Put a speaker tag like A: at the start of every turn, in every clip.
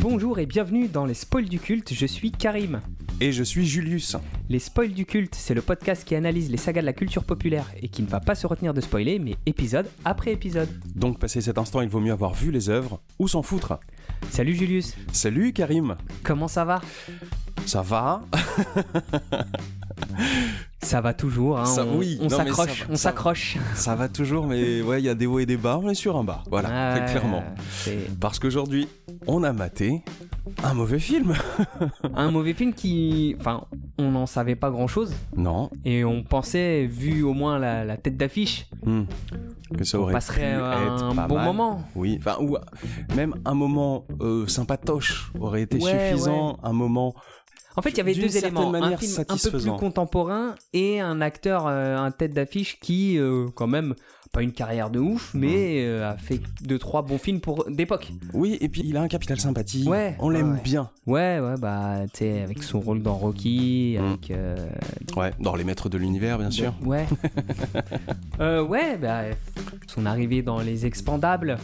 A: Bonjour et bienvenue dans les spoils du culte, je suis Karim.
B: Et je suis Julius.
A: Les spoils du culte, c'est le podcast qui analyse les sagas de la culture populaire et qui ne va pas se retenir de spoiler, mais épisode après épisode.
B: Donc passé cet instant, il vaut mieux avoir vu les œuvres ou s'en foutre.
A: Salut Julius,
B: Salut Karim,
A: comment ça va
B: ça va
A: Ça va toujours, hein,
B: Ça-
A: on,
B: oui,
A: on
B: non, mais ça
A: s'accroche,
B: va,
A: on
B: ça va.
A: s'accroche.
B: Ça va toujours, mais ouais, il y a des hauts et des bas, on est sur un bas, voilà,
A: Ouais,
B: très clairement.
A: C'est
B: Parce qu'aujourd'hui, on a maté un mauvais film.
A: un mauvais film qui... Enfin, on n'en savait pas grand-chose
B: Non,
A: et on pensait, vu au moins la, la tête d'affiche,
B: hmm, que ça
A: on
B: aurait pu
A: passerait
B: être
A: un
B: pas
A: bon
B: mal.
A: moment.
B: Oui, enfin, ou même un moment euh, sympatoche aurait été
A: Ouais,
B: suffisant, un moment
A: En fait, il y avait
B: D'une
A: deux
B: certaine
A: éléments. Un
B: manière
A: film un peu plus
B: satisfaisant.
A: contemporain et un acteur, euh, un tête d'affiche qui, euh, quand même, pas une carrière de ouf, mais euh, a fait deux, trois bons films pour d'époque.
B: Oui, et puis il a un capital sympathie.
A: Ouais,
B: on l'aime
A: ouais.
B: bien.
A: Ouais, ouais, bah, tu sais, avec son rôle dans Rocky,
B: Mm.
A: avec. euh,
B: Ouais, dans les maîtres de l'univers, bien sûr.
A: Ouais. Euh, ouais, bah, son arrivée dans Les Expandables.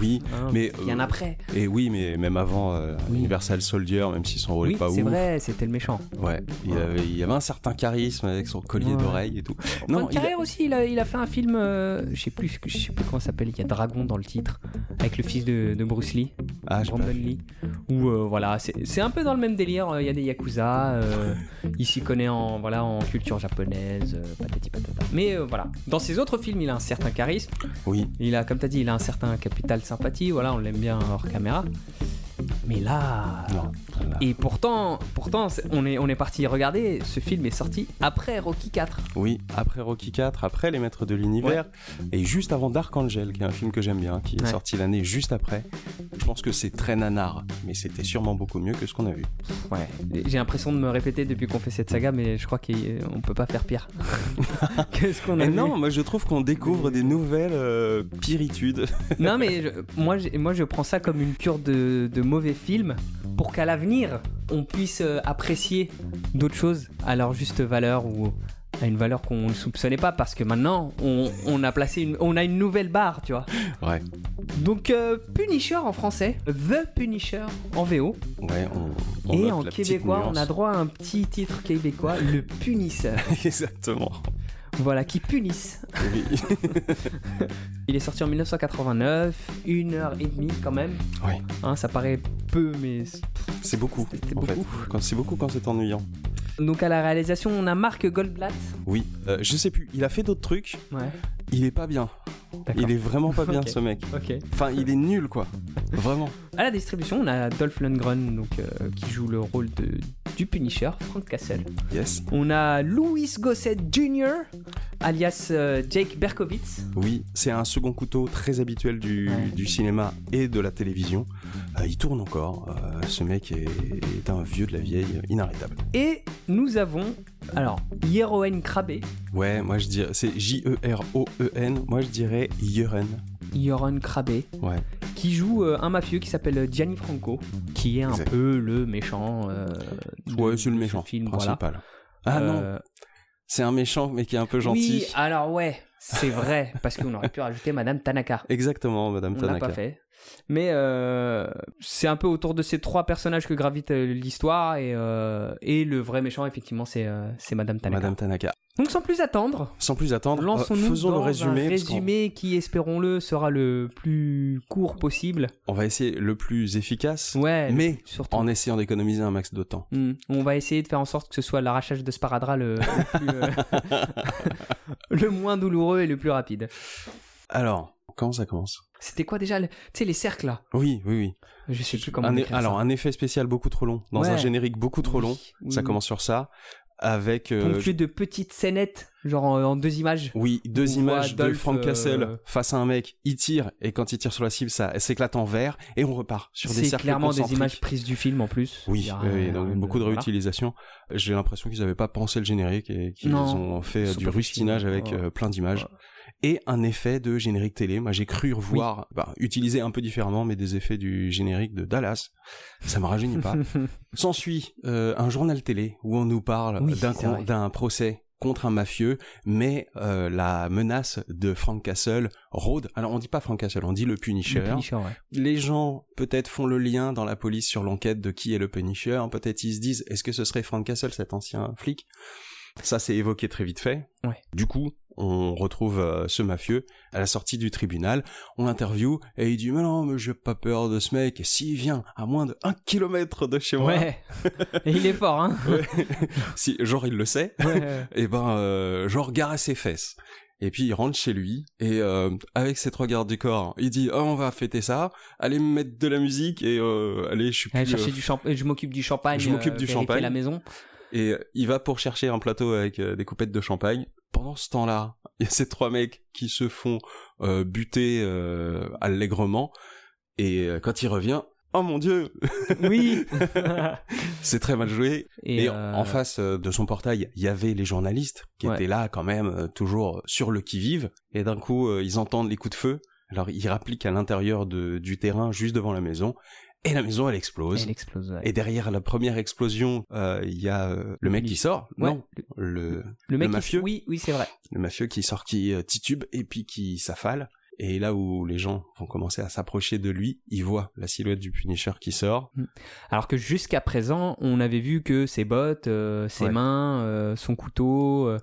B: oui.
A: hein,
B: Mais,
A: bien
B: euh,
A: après.
B: Et oui, mais même avant euh,
A: Oui.
B: Universal Soldier, même si son rôle
A: Oui,
B: est pas ouf.
A: c'est vrai, c'était le méchant.
B: Ouais, il
A: Ouais.
B: avait, il y avait un certain charisme avec son collier
A: Ouais.
B: d'oreille et tout.
A: Non,
B: il,
A: carrière aussi, il a, il a fait un film, euh, je sais plus, je sais plus comment ça s'appelle, il y a Dragon dans le titre, avec le fils de- de Bruce Lee.
B: ah, j'ai pas
A: Brandon
B: vu.
A: Lee. Ou euh, voilà, c'est c'est un peu dans le même délire. Il y a des yakuza. euh, il s'y connaît en voilà en culture japonaise, euh, patati patata. Mais euh, voilà, dans ses autres films, il a un certain charisme.
B: Oui,
A: Il a, comme t'as dit, il a un certain capital sympathie. Voilà, on l'aime bien hors caméra. Mais là.
B: non. Voilà.
A: Ah. Et pourtant, pourtant, c'est- on est on est parti regarder. Ce film est sorti après Rocky 4.
B: Oui, après Rocky 4, après Les Maîtres de l'Univers, et juste avant Dark Angel, qui est un film que j'aime bien, qui est
A: Ouais.
B: sorti l'année juste après. Je pense que c'est très nanar, mais c'était sûrement beaucoup mieux que ce qu'on a vu.
A: Ouais. J'ai l'impression de me répéter depuis qu'on fait cette saga, mais je crois qu'on peut pas faire pire que ce qu'on a
B: Mais
A: vu.
B: non, moi je trouve qu'on découvre des nouvelles euh, piritudes.
A: Non mais je- moi, j'ai- moi je prends ça comme une cure de, de mauvais film pour qu'à l'avenir on puisse euh, apprécier d'autres choses à leur juste valeur ou à une valeur qu'on ne soupçonnait pas parce que maintenant on, on a placé une, on a une nouvelle barre tu vois.
B: Ouais.
A: Donc euh, Punisher en français, The Punisher en VO
B: Ouais, on, on
A: et
B: note
A: en
B: la petite
A: québécois on
B: nuance.
A: a droit à un petit titre québécois, Le Punisseur.
B: Exactement.
A: voilà qui punisse.
B: Oui.
A: Il est sorti en 1989, une heure et demie quand même.
B: Oui.
A: Hein, ça paraît peu mais
B: C'est beaucoup,
A: C'était
B: en fait.
A: beaucoup.
B: Quand- C'est beaucoup quand c'est ennuyant.
A: Donc à la réalisation, on a Marc Goldblatt.
B: Oui, Euh, je sais plus, il a fait d'autres trucs,
A: Ouais,
B: il est pas bien.
A: d'accord.
B: Il est vraiment pas bien
A: Ok.
B: ce mec.
A: Ok.
B: Enfin, il est nul quoi. Vraiment.
A: À la distribution, on a Dolph Lundgren, donc euh, qui joue le rôle de du Punisher, Frank Castle.
B: Yes.
A: On a Louis Gossett Jr., alias euh, Jake Berkowitz.
B: Oui, c'est un second couteau très habituel du,
A: Ouais.
B: du cinéma et de la télévision. Euh, il tourne encore. Euh, ce mec est, est un vieux de la vieille, euh, inarrêtable.
A: Et nous avons, alors, Yeroen Krabbe.
B: Ouais, moi je dirais. C'est E J-E-R-O-E-N. Moi je dirais Yeren.
A: Yeroen Krabbe,
B: Ouais.
A: qui joue euh, un mafieux qui s'appelle Gianni Franco, qui est un
B: Exact.
A: peu le méchant. euh, de-
B: Ouais, c'est le
A: de ce
B: méchant
A: film, voilà.
B: principal. Ah non,
A: Euh,
B: c'est un méchant mais qui est un peu gentil.
A: Oui, ah. alors ouais, c'est vrai, parce qu'on aurait pu rajouter Madame Tanaka.
B: Exactement, Madame
A: On l'a
B: Tanaka.
A: pas fait. Mais euh, c'est un peu autour de ces trois personnages que gravite euh, l'histoire et, euh, et le vrai méchant, effectivement, c'est euh, c'est Madame Tanaka.
B: Madame Tanaka.
A: Donc sans plus attendre,
B: Sans plus attendre, euh,
A: lançons-nous
B: faisons
A: dans
B: le
A: un
B: résumé. parce qu'on-
A: résumé qui, espérons-le, sera le plus court possible.
B: On va essayer le plus efficace,
A: Ouais,
B: mais
A: surtout.
B: en essayant d'économiser un max de temps.
A: Hmm, On va essayer de faire en sorte que ce soit l'arrachage de Sparadra le, le plus, euh, le moins douloureux et le plus rapide.
B: Alors, quand ça commence
A: C'était quoi déjà le- Tu sais, les cercles là
B: Oui, oui, oui.
A: Je sais plus comment
B: Un é-
A: décrire
B: Alors,
A: ça.
B: un effet spécial beaucoup trop long, dans un
A: Ouais.
B: générique beaucoup trop long.
A: Oui, oui,
B: Ça
A: oui.
B: commence sur ça, avec... euh,
A: Ponctué de petites scénettes, genre en, en deux images.
B: Oui, deux
A: On
B: images
A: voit
B: de
A: Adolphe,
B: Frank
A: euh,
B: Cassel face à un mec, il tire, et quand il tire sur la cible, ça s'éclate en vert, et on repart sur des
A: C'est
B: cercles
A: clairement des
B: concentriques.
A: images prises du film en plus. Il
B: Oui,
A: y a
B: oui,
A: rien-
B: donc
A: rien
B: beaucoup de
A: voilà.
B: réutilisation. J'ai l'impression qu'ils n'avaient pas pensé le générique et qu'ils
A: Non,
B: ont fait euh,
A: sont
B: du
A: pas
B: rustinage
A: fichus.
B: avec
A: Ouais.
B: euh, plein d'images. Et un effet de générique télé. Moi, j'ai cru revoir, bah, utilisé un peu différemment, mais des effets du générique de Dallas. Ça me rajeunit pas. S'ensuit euh, un journal télé où on nous parle
A: Oui,
B: d'un
A: c'est
B: con-
A: vrai.
B: d'un procès contre un mafieux, mais euh, la menace de Frank Castle rôde. Alors on dit pas Frank Castle, on dit le Punisher.
A: Le Punisher, ouais.
B: Les gens peut-être font le lien dans la police sur l'enquête de qui est le Punisher. Peut-être ils se disent est-ce que ce serait Frank Castle, cet ancien flic Ça c'est évoqué très vite fait.
A: Ouais.
B: Du coup, on retrouve euh, ce mafieux à la sortie du tribunal, on l'interview et il dit mais non mais j'ai pas peur de ce mec, s'il vient à moins de 1 kilomètre de chez moi,
A: Ouais. Et il est fort, hein.
B: Ouais. si genre il le sait,
A: Ouais.
B: et ben euh, genre gare à ses fesses. Et puis il rentre chez lui et euh, avec ses trois gardes du corps, il dit oh on va fêter ça, allez me mettre de la musique et euh, allez je suis
A: Aller
B: plus,
A: chercher
B: euh,
A: du champagne, je m'occupe du champagne.
B: Je m'occupe
A: euh,
B: du
A: vérifier
B: champagne.
A: la maison.
B: euh, Et il va pour chercher un plateau avec euh, des coupettes de champagne. Pendant ce temps-là, il y a ces trois mecs qui se font euh, buter euh, allègrement. Et euh, quand il revient, oh mon dieu,
A: Oui.
B: c'est très mal joué. Et,
A: euh,
B: en face euh, de son portail, il y avait les journalistes qui
A: Ouais.
B: étaient là quand même, euh, toujours sur le qui-vive. Et d'un coup, euh, ils entendent les coups de feu. Alors ils rappliquent à l'intérieur de- du terrain, juste devant la maison. Et la maison, elle explose.
A: elle explose. ouais.
B: Et derrière la première explosion, euh, il y a euh, le mec qui sort.
A: Ouais,
B: Non,
A: le-
B: le,
A: le mec, il-
B: mafieux.
A: oui, oui, c'est vrai.
B: le mafieux qui sort, qui euh, titube et puis qui s'affale. Et là où les gens vont commencer à s'approcher de lui, ils voient la silhouette du Punisher qui sort.
A: Alors que jusqu'à présent, on avait vu que ses bottes, euh, ses
B: Ouais.
A: mains, euh, son couteau. euh,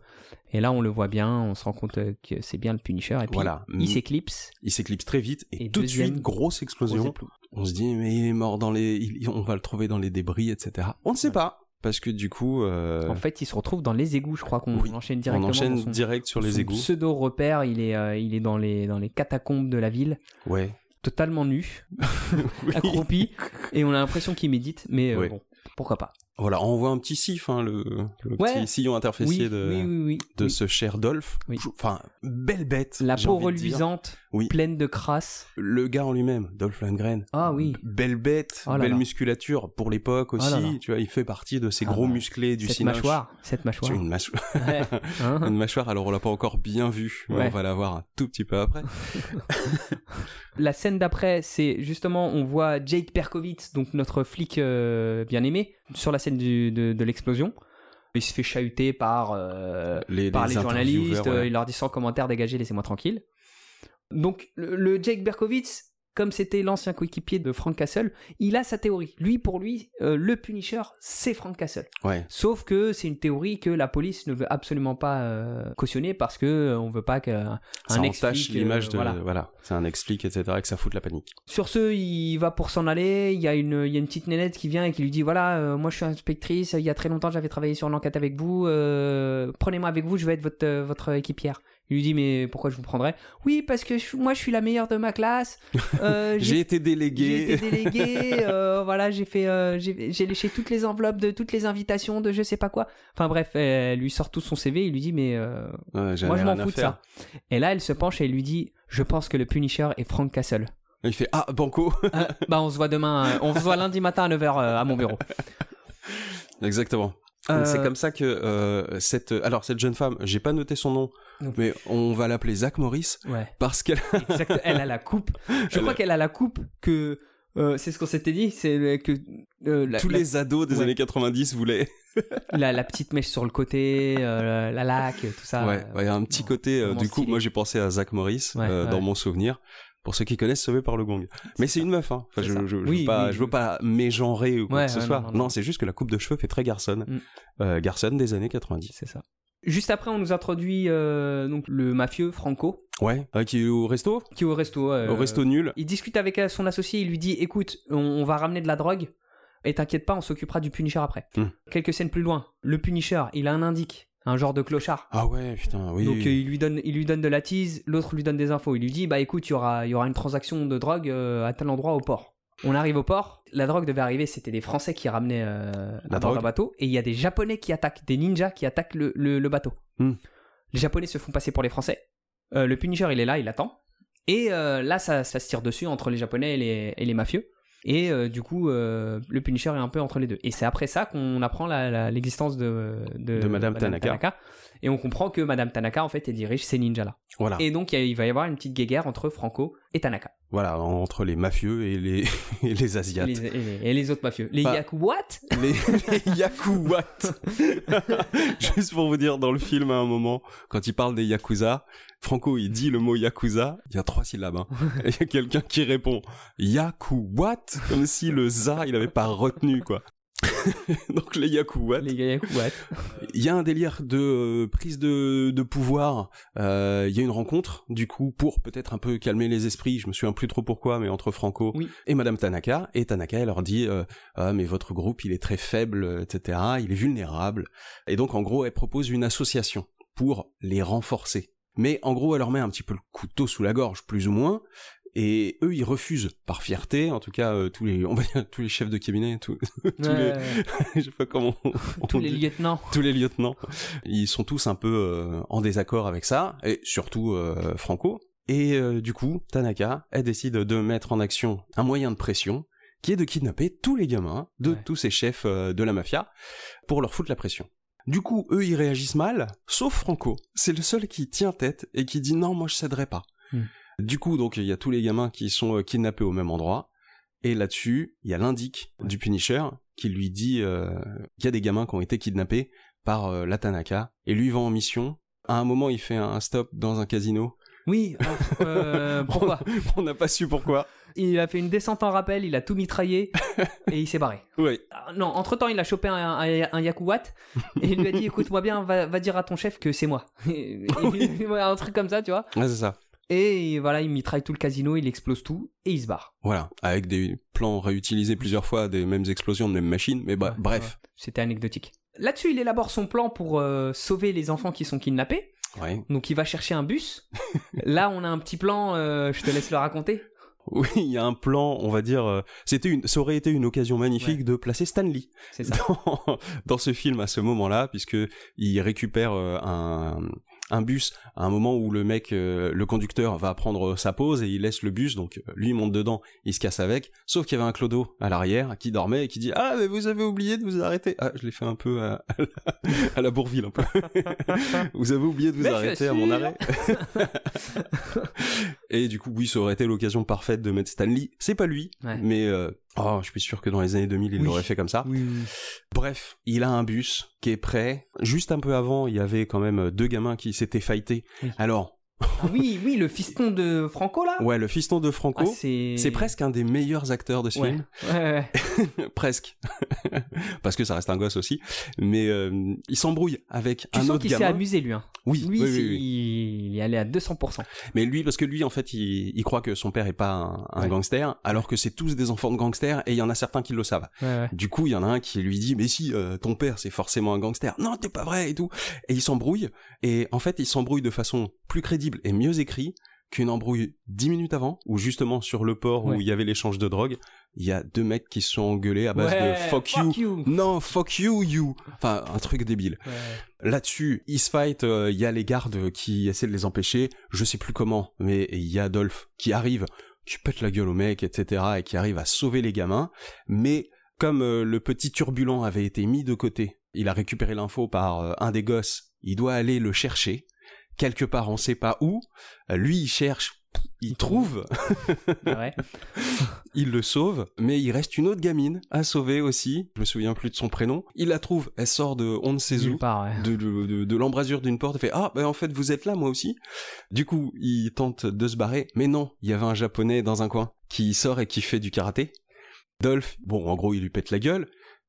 A: et là, on le voit bien, on se rend compte euh, que c'est bien le Punisher. Et puis,
B: Voilà. Mm,
A: il s'éclipse.
B: Il s'éclipse très vite et,
A: Et
B: tout de
A: deuxième-
B: suite, grosse explosion.
A: Explose.
B: On se dit, mais il est mort dans les... il- On va le trouver dans les débris, etc. On ne sait
A: Ouais.
B: pas. Parce que du coup, euh,
A: En fait, il se retrouve dans les égouts. Je crois qu'on
B: Oui,
A: enchaîne
B: on
A: directement.
B: enchaîne
A: dans son-
B: direct sur
A: son
B: les égouts.
A: Pseudo repère, il est, euh, il est dans les dans les catacombes de la ville,
B: Ouais.
A: totalement nu,
B: Oui.
A: accroupi, et on a l'impression qu'il médite. Mais euh,
B: Oui.
A: bon, pourquoi pas.
B: Voilà, on voit un petit sif, hein, le, le
A: Ouais.
B: petit sillon interfécier
A: Oui,
B: de,
A: oui, oui, oui.
B: de
A: oui.
B: ce cher Dolph.
A: Oui.
B: Enfin, belle bête.
A: La
B: j'ai
A: peau
B: envie de dire.
A: reluisante,
B: Oui.
A: pleine de crasse.
B: le gars en lui-même, Dolph Lundgren.
A: Ah oui.
B: B- Belle bête,
A: Oh là
B: belle
A: là.
B: musculature pour l'époque aussi.
A: là là.
B: Tu vois, il fait partie de ces
A: Ah
B: gros
A: bah,
B: musclés du
A: cette
B: cinéma.
A: mâchoire, cette mâchoire.
B: Une, mâcho-
A: Ouais. Hein
B: une mâchoire, alors on l'a pas encore bien vue, mais
A: Ouais.
B: on va la voir un tout petit peu après.
A: La scène d'après, c'est justement, on voit Jake Perkovitz, donc notre flic euh, bien-aimé, sur la scène du- de, de l'explosion. Il se fait chahuter par, euh,
B: Les,
A: par
B: les
A: les journalistes,
B: intervieweurs, voilà.
A: euh, il leur dit sans commentaire, dégagez, laissez-moi tranquille. Donc, le, le Jake Berkovitz, comme c'était l'ancien coéquipier de Frank Castle, il a sa théorie. Lui, pour lui, euh, le Punisher, c'est Frank Castle.
B: Ouais.
A: Sauf que c'est une théorie que la police ne veut absolument pas euh, cautionner parce que euh, on veut pas qu'un
B: Ça entache
A: ex-flic, euh,
B: l'image de.
A: voilà.
B: Voilà, c'est un explique, etc., et que ça fout de la panique.
A: Sur ce, il va pour s'en aller. Il y, a une, il y a une petite nénette qui vient et qui lui dit Voilà, euh, moi je suis inspectrice. Il y a très longtemps, j'avais travaillé sur l'enquête avec vous. euh, Prenez-moi avec vous, je vais être votre, euh, votre équipière. Il lui dit Mais pourquoi je vous prendrais Oui, parce que je- moi je suis la meilleure de ma classe. Euh,
B: J'ai été
A: j'ai
B: délégué.
A: été déléguée, euh, voilà, j'ai fait, euh, j'ai j'ai léché toutes les enveloppes de toutes les invitations de je sais pas quoi. Enfin bref, elle lui sort tout son CV, il lui dit mais euh,
B: Ouais, j'en
A: moi
B: ai
A: je m'en
B: rien à
A: fous de
B: faire.
A: ça. Et là elle se penche et elle lui dit je pense que le Punisher est Frank Castle.
B: Il fait Ah, Banco
A: Ah, bah on se voit demain, euh, on se voit lundi matin à 9h à mon bureau.
B: Exactement.
A: Euh,
B: C'est comme ça que euh, cette. Alors, cette jeune femme, j'ai pas noté son nom,
A: Non.
B: mais on va l'appeler Zach Morris
A: Ouais,
B: parce qu'elle.
A: exact. Elle a la coupe. Je
B: Elle
A: crois
B: a-
A: qu'elle a la coupe que euh, c'est ce qu'on s'était dit, c'est que euh, la,
B: Tous
A: la-
B: les ados des
A: Ouais.
B: années 90 voulaient.
A: la- la petite mèche sur le côté, euh, la laque, tout ça.
B: ouais, ouais, il y a un petit
A: non,
B: côté. euh,
A: vraiment
B: du coup,
A: stylé.
B: moi j'ai pensé à Zach Morris
A: Ouais,
B: euh,
A: ouais.
B: dans mon souvenir. Pour ceux qui connaissent, Sauvé par le Gong. Mais c'est
A: ça.
B: une meuf, hein. Enfin,
A: C'est
B: je,
A: ça.
B: je, je
A: Oui,
B: veux pas,
A: oui,
B: je veux
A: oui.
B: pas mégenrer ou quoi
A: Ouais,
B: que ce
A: ouais,
B: soit.
A: non,
B: Non,
A: non, non.
B: c'est juste que la coupe de cheveux fait très Garson.
A: Mm.
B: Euh, Garson des années 90.
A: C'est ça. Juste après, on nous introduit euh, donc le mafieux Franco,
B: Ouais. Euh, qui est au resto
A: qui est au resto. euh,
B: Au resto nul.
A: Il discute avec euh, son associé, il lui dit écoute, on, on va ramener de la drogue, et t'inquiète pas, on s'occupera du Punisher après.
B: Hmm.
A: Quelques scènes plus loin, le Punisher, il a un indique, un genre de clochard.
B: Ah ouais, putain, oui.
A: Donc
B: oui.
A: euh, il, lui donne, il lui donne de la tease, l'autre lui donne des infos. Il lui dit bah écoute, il y aura, il y aura une transaction de drogue euh, à tel endroit au port. On arrive au port, la drogue devait arriver, c'était des Français qui ramenaient euh,
B: La
A: à bord d'un
B: drogue.
A: bateau, et il y a des Japonais qui attaquent, des ninjas qui attaquent le, le- le bateau.
B: Hmm.
A: Les Japonais se font passer pour les Français. Euh, le Punisher, il est là, il attend. Et euh, là, ça, ça se tire dessus entre les Japonais et les, et les mafieux. Et euh, du coup, euh, le Punisher est un peu entre les deux. Et c'est après ça qu'on apprend la- la- l'existence de,
B: De Madame Tanaka.
A: Et on comprend que Madame Tanaka, en fait, elle dirige ces ninjas-là.
B: euh, Voilà.
A: Et donc, il y a- il va y avoir une petite guéguerre entre Franco et Tanaka.
B: Voilà, entre les mafieux et les, et les
A: Et
B: asiates.
A: les, et les- et les autres mafieux. Les
B: Pas-
A: Yaku, what
B: les, les Yakuwat. Juste pour vous dire, dans le film, à un moment, quand il parle des Yakuza, Franco, il dit le mot Yakuza, il y a trois syllabes, hein. Et il y a quelqu'un qui répond Yakuwat, comme si le za, il avait pas retenu, quoi. Donc les Yakuwat.
A: Les Yaku, what
B: Il y a un délire de euh, prise de, de pouvoir. Euh, Il y a une rencontre, du coup, pour peut-être un peu calmer les esprits. Je me souviens plus trop pourquoi, mais entre Franco
A: Oui.
B: et Madame Tanaka. Et Tanaka, elle leur dit euh, Ah, mais votre groupe, il est très faible, euh, etc. Il est vulnérable. Et donc, en gros, elle propose une association pour les renforcer. Mais en gros, elle leur met un petit peu le couteau sous la gorge, plus ou moins. Et eux, ils refusent par fierté. En tout cas, euh, tous les, on va dire, tous les chefs de cabinet, tous, tous les,
A: Ouais,
B: je sais pas comment. on-
A: tous
B: on
A: les
B: dit
A: lieutenants.
B: tous les lieutenants, ils sont tous un peu euh, en désaccord avec ça, et surtout euh, Franco. Et euh, du coup, Tanaka, elle décide de mettre en action un moyen de pression, qui est de kidnapper tous les gamins de
A: Ouais.
B: tous ces chefs euh, de la mafia pour leur foutre la pression. Du coup, eux, ils réagissent mal, sauf Franco. C'est le seul qui tient tête et qui dit non, moi je céderai pas.
A: Hmm.
B: Du coup, donc, il y a tous les gamins qui sont euh, kidnappés au même endroit. Et là-dessus, il y a l'indic du Punisher qui lui dit euh, qu'il y a des gamins qui ont été kidnappés par euh, la Tanaka et lui va en mission. À un moment, il fait un un stop dans un casino.
A: Oui, euh, pourquoi
B: On n'a pas su pourquoi.
A: Il a fait une descente en rappel, il a tout mitraillé et il s'est barré.
B: Oui,
A: Ah, Non, entre temps, il a chopé un, un, un Yakuwat et il lui a dit écoute-moi bien, va, va dire à ton chef que c'est moi. Et- et- ouais, un truc comme ça, tu vois.
B: Ouais, Ah, c'est ça.
A: Et voilà, il mitraille tout le casino, il explose tout et il se barre.
B: Voilà, avec des plans réutilisés plusieurs fois, des mêmes explosions, de mêmes machines, mais bah,
A: Ouais,
B: bref.
A: ouais. C'était anecdotique. Là-dessus, il élabore son plan pour euh, sauver les enfants qui sont kidnappés.
B: Ouais.
A: Donc il va chercher un bus. Là, on a un petit plan, euh, je te laisse le raconter.
B: Oui, il y a un plan, on va dire, euh, c'était une, ça aurait été une occasion magnifique
A: Ouais.
B: de placer Stanley
A: C'est ça.
B: dans, dans ce film à ce moment-là, puisque il récupère euh, un, un bus à un moment où le mec, euh, le conducteur va prendre sa pause et il laisse le bus, donc euh, lui il monte dedans, il se casse avec, sauf qu'il y avait un clodo à l'arrière qui dormait et qui dit ah mais vous avez oublié de vous arrêter, ah je l'ai fait un peu à, à la, à la Bourville un peu, vous avez oublié de vous
A: Mais je
B: arrêter
A: suis
B: à mon
A: sûr.
B: arrêt. et du coup oui ça aurait été l'occasion parfaite de mettre Stanley, c'est pas lui,
A: Ouais.
B: mais euh, oh je suis sûr que dans les années 2000 il
A: Oui.
B: l'aurait fait comme ça.
A: Oui, oui.
B: Bref, il a un bus qui est prêt. Juste un peu avant, il y avait quand même euh, deux gamins qui s'étaient fightés.
A: Oui.
B: Alors,
A: Ah oui, oui, le fiston de Franco là.
B: ouais, le fiston de
A: Ah,
B: Franco,
A: c'est.
B: c'est presque un des meilleurs acteurs de ce
A: Ouais.
B: film.
A: Ouais, ouais,
B: presque. Parce que ça reste un gosse aussi. Mais euh, il s'embrouille avec
A: Tu
B: un
A: sens
B: autre
A: qu'il s'est
B: gamin.
A: amusé lui. Hein.
B: Oui,
A: Lui,
B: oui,
A: c'est-
B: oui, oui.
A: il est allé à 200%.
B: Mais lui, parce que lui, en fait, il, il croit que son père est pas un, un
A: Ouais.
B: gangster, alors que c'est tous des enfants de gangsters et il y en a certains qui le savent. Du coup, il y en a un qui lui dit mais si euh, ton père c'est forcément un gangster. Non, t'es pas vrai et tout. Et ils s'embrouillent et en fait, ils s'embrouillent de façon plus crédible et mieux écrite qu'une embrouille dix minutes avant où justement sur le port où
A: Ouais.
B: il y avait l'échange de drogue, il y a deux mecs qui se sont engueulés à base
A: Ouais,
B: de fuck, you.
A: you.
B: Non, fuck you you. Enfin, un truc débile.
A: Ouais.
B: Là-dessus, ils se fight, euh, il y a les gardes qui essaient de les empêcher, je sais plus comment, mais il y a Adolphe qui arrive, qui pète la gueule au mec, etc., et qui arrive à sauver les gamins, mais comme euh, le petit turbulent avait été mis de côté, il a récupéré l'info par euh, un des gosses, il doit aller le chercher, quelque part on sait pas où, Euh, lui il cherche, il trouve,
A: Ouais.
B: il le sauve, mais il reste une autre gamine à sauver aussi, je me souviens plus de son prénom, il la trouve, elle sort de on ne sait où,
A: Nulle part, ouais.
B: de, de, de- de l'embrasure d'une porte, il fait ah ben en fait vous êtes là moi aussi. Du coup il tente de se barrer, mais non, il y avait un japonais dans un coin qui sort et qui fait du karaté. Dolph, bon en gros il lui pète la gueule,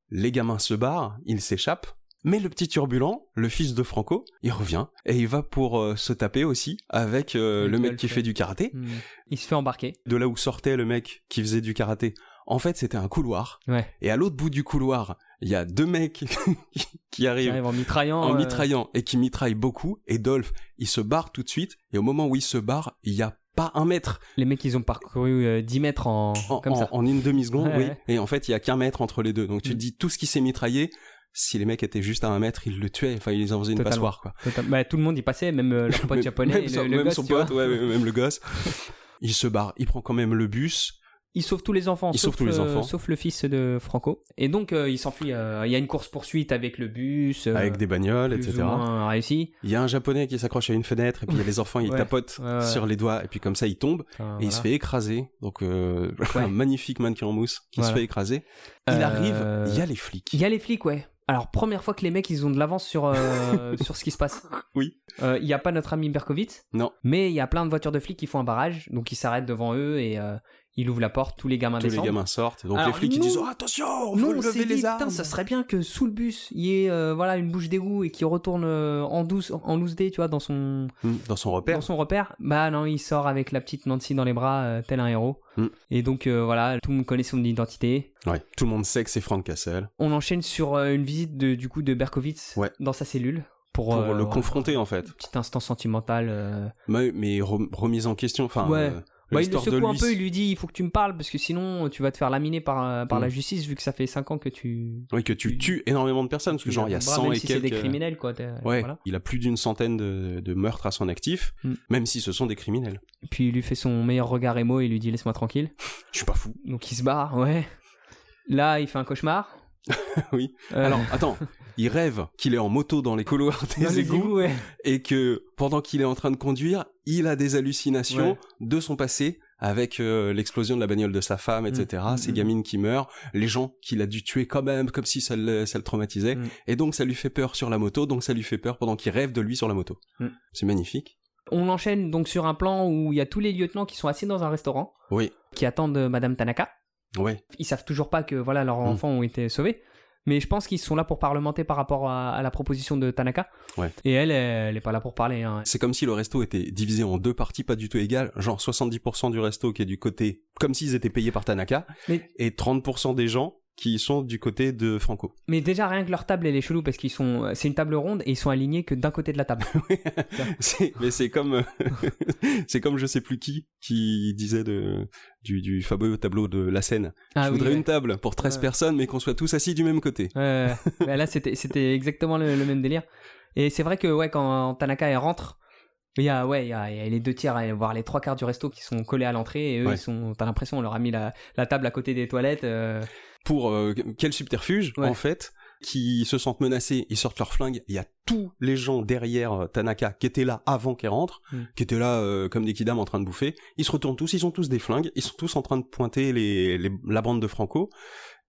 B: les gamins se barrent, il s'échappe, mais le petit turbulent, le fils de Franco, il revient et il va pour euh, se taper aussi avec euh,
A: Avec
B: le mec
A: Dolph,
B: qui
A: ouais.
B: fait du karaté.
A: Hmm. Il se fait embarquer.
B: De là où sortait le mec qui faisait du karaté, en fait c'était un couloir.
A: Ouais.
B: Et à l'autre bout du couloir, il y a deux mecs qui
A: Il
B: arrivent
A: arrive en mitraillant.
B: en
A: euh,
B: mitraillant et qui mitraille beaucoup. Et Dolph, il se barre tout de suite. Et au moment où il se barre, il n'y a pas un mètre
A: Les mecs, ils ont parcouru euh, 10 mètres en.
B: en,
A: Comme
B: en-
A: ça.
B: en une demi-seconde.
A: Ouais,
B: oui.
A: ouais.
B: Et en fait, il n'y a qu'un mètre entre les deux. Donc tu
A: Mm.
B: te dis, tout ce qui s'est mitraillé, si les mecs étaient juste à un mètre, ils le tuaient. Enfin, ils les en faisaient une
A: Totalement.
B: passoire, quoi.
A: Total- Bah, tout le monde y passait, même euh, leur pote
B: Même-
A: japonais,
B: même
A: le,
B: son,
A: le
B: même
A: gosse,
B: son
A: tu
B: pote,
A: vois.
B: ouais, ouais, même le gosse. Il se barre. Il prend quand même le bus.
A: Il sauve tous les enfants.
B: Il
A: sauf,
B: sauve tous les
A: euh,
B: enfants.
A: Sauf le fils de Franco. Et donc, euh, il s'enfuit. euh, il y a une course-poursuite avec le bus. euh,
B: avec des bagnoles,
A: plus
B: etc.
A: ou moins réussi.
B: Il y a un japonais qui s'accroche à une fenêtre, et puis il y a les enfants, ils
A: Ouais.
B: tapotent
A: Ouais, ouais.
B: sur les doigts, et puis comme ça, ils tombent,
A: Enfin,
B: et il se
A: voilà.
B: fait écraser. Donc, euh,
A: Ouais.
B: un magnifique mannequin en mousse qui se
A: Voilà.
B: fait écraser. Il
A: Euh,
B: arrive, il y a les flics.
A: Il y a les flics, ouais. Alors, première fois que les mecs, ils ont de l'avance sur, euh, sur ce qui se passe.
B: Oui.
A: Euh, Il n'y a pas notre ami Berkovitz.
B: Non.
A: Mais il y a plein de voitures de flics qui font un barrage. Donc, ils s'arrêtent devant eux et euh, ils ouvrent la porte. Tous les gamins
B: Tous les
A: descendent.
B: gamins sortent, donc
A: Alors,
B: les flics ils
A: nous-
B: disent oh, attention, on
A: Nous,
B: faut
A: on s'est
B: lever
A: dit,
B: les
A: putain,
B: armes.
A: ça serait bien que sous le bus, il y ait euh, voilà, une bouche d'égout et qu'il retourne euh, en, douce, en loose day, tu vois, dans son,
B: Mm, Dans son repère.
A: dans son repère. Bah non, il sort avec la petite Nancy dans les bras, euh, tel un héros.
B: Mm.
A: Et donc, euh, voilà, tout le monde connaît son identité.
B: Ouais, tout le monde sait que c'est Frank Castle.
A: On enchaîne sur euh, une visite de, du coup de Berkowitz
B: Ouais.
A: dans sa cellule pour,
B: Pour
A: euh,
B: le
A: ouais,
B: confronter en fait.
A: un Petit instant sentimental. euh.
B: Mais, mais re- remise en question, enfin.
A: Ouais.
B: euh,
A: Bah, il le
B: l'histoire de
A: secoue un
B: lui-
A: peu, il lui dit il faut que tu me parles parce que sinon tu vas te faire laminer par, euh, par
B: Mm.
A: la justice vu que ça fait 5 ans que tu.
B: Oui, que tu tues énormément de personnes, parce que
A: tu
B: genre il y a
A: combats,
B: 100
A: même
B: et
A: si
B: quelques. euh,
A: c'est des criminels quoi. t'es-
B: Ouais,
A: voilà.
B: il a plus d'une centaine de, de meurtres à son actif,
A: Mm.
B: même si ce sont des criminels.
A: Puis il lui fait son meilleur regard émo et il lui dit laisse-moi tranquille.
B: Je suis pas fou.
A: Donc il se barre, ouais. Là il fait un cauchemar.
B: Oui.
A: Euh,
B: Alors, attends, il rêve qu'il est en moto dans les couloirs des
A: dans les
B: égouts,
A: égouts, ouais.
B: et que pendant qu'il est en train de conduire, il a des hallucinations
A: Ouais.
B: de son passé avec euh, l'explosion de la bagnole de sa femme, etc.
A: Mm,
B: Ces
A: mm.
B: gamines qui meurent, les gens qu'il a dû tuer quand même, comme si ça le, ça le traumatisait.
A: Mm.
B: Et donc ça lui fait peur sur la moto, donc ça lui fait peur pendant qu'il rêve de lui sur la moto.
A: Mm.
B: C'est magnifique.
A: On enchaîne donc sur un plan où il y a tous les lieutenants qui sont assis dans un restaurant
B: Oui,
A: qui attendent euh, Madame Tanaka.
B: ouais.
A: ils savent toujours pas que voilà
B: Mm.
A: leurs enfants ont été sauvés. Mais je pense qu'ils sont là pour parlementer par rapport à, à la proposition de Tanaka.
B: Ouais.
A: Et elle, elle est pas là pour parler. hein.
B: C'est comme si le resto était divisé en deux parties pas du tout égales, genre 70% du resto qui est du côté, comme s'ils étaient payés par Tanaka,
A: Mais-
B: et 30% des gens qui sont du côté de Franco.
A: Mais déjà rien que leur table, elle est chelou parce qu'ils sont, c'est une table ronde et ils sont alignés que d'un côté de la table.
B: C'est- mais c'est comme, euh, c'est comme je sais plus qui qui disait de, du, du fabuleux tableau de la scène.
A: Ah
B: je
A: oui,
B: voudrais
A: ouais.
B: une table pour 13
A: Ouais.
B: personnes, mais qu'on soit tous assis du même côté.
A: Ouais, ouais. Bah là, c'était, c'était exactement le, le même délire. Et c'est vrai que ouais, quand Tanaka elle rentre, il y a ouais, il y a, il y a les deux tiers, et voire les trois quarts du resto qui sont collés à l'entrée et eux,
B: Ouais.
A: ils sont, t'as l'impression, on leur a mis la, la table à côté des toilettes. euh,
B: Pour euh, quel subterfuge,
A: Ouais.
B: en fait, qui se sentent menacés, ils sortent leurs flingues. Il y a tous les gens derrière euh, Tanaka qui étaient là avant qu'elle rentre,
A: Mm.
B: qui étaient là euh, comme des kidams en train de bouffer. Ils se retournent tous, ils ont tous des flingues, ils sont tous en train de pointer les, les- la bande de Franco.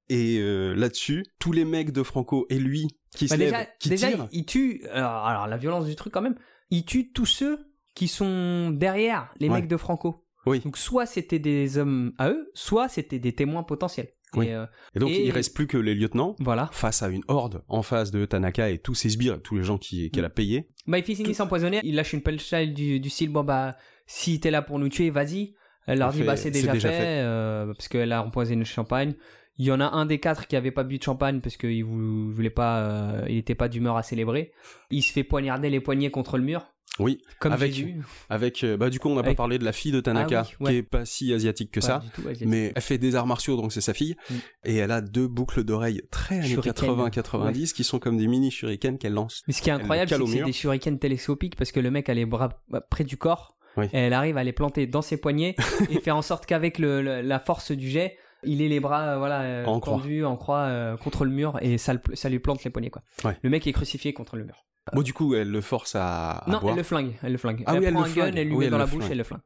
B: Et euh, là-dessus, tous les mecs de Franco et lui qui
A: Bah
B: se
A: déjà,
B: lèvent, qui
A: déjà,
B: tirent.
A: il tue. Alors, alors, la violence du truc, quand même. Il tue tous ceux qui sont derrière les
B: Ouais.
A: mecs de Franco.
B: Oui.
A: Donc, soit c'était des hommes à eux, soit c'était des témoins potentiels.
B: Oui.
A: Et, euh,
B: Et donc
A: Et-
B: il reste plus que les lieutenants
A: voilà.
B: face à une horde en face de Tanaka et tous ses sbires et tous les gens qui- qu'elle a payés.
A: Bah, il finit s'empoisonner. Il lâche une punchline du, du style Bon, bah, si t'es là pour nous tuer, vas-y. Elle leur
B: On
A: dit
B: fait-
A: Bah, c'est déjà, fait.
B: fait.
A: euh, parce qu'elle a empoisonné le champagne. Il y en a un des quatre qui avait pas bu de champagne parce qu'il vou- voulait pas, euh, il était pas d'humeur à célébrer. Il se fait poignarder les poignets contre le mur.
B: Oui.
A: Comme
B: Avec-
A: Jésus.
B: Avec euh, bah du coup on n'a
A: Avec-
B: pas parlé de la fille de Tanaka
A: Ah oui, ouais.
B: qui est pas si asiatique que
A: Pas
B: ça.
A: du tout asiatique.
B: Mais elle fait des arts martiaux, donc c'est sa fille,
A: Mm.
B: et elle a deux boucles d'oreilles très années
A: Shuriken.
B: 80-90 qui sont comme des mini shurikens qu'elle lance.
A: Mais ce qui est
B: Elle
A: incroyable,
B: le
A: c'est
B: cale
A: que
B: au
A: c'est
B: mur.
A: des shurikens télescopiques parce que le mec a les bras bah, près du corps
B: Oui.
A: et elle arrive à les planter dans ses poignets et faire en sorte qu'avec le- le- la force du jet, il ait les bras euh, voilà, euh,
B: En croix.
A: tendus en croix euh, contre le mur et ça, le pl- ça lui plante les poignets. Quoi.
B: Ouais.
A: Le mec est crucifié contre le mur.
B: Bon, du coup, elle le force à, à
A: Euh. non,
B: boire.
A: elle le flingue. Elle le flingue.
B: Ah
A: elle
B: oui, elle
A: prend
B: le
A: un gun,
B: flingue.
A: elle lui
B: Oui,
A: met
B: elle
A: dans
B: le
A: la bouche,
B: flingue.
A: elle le flingue.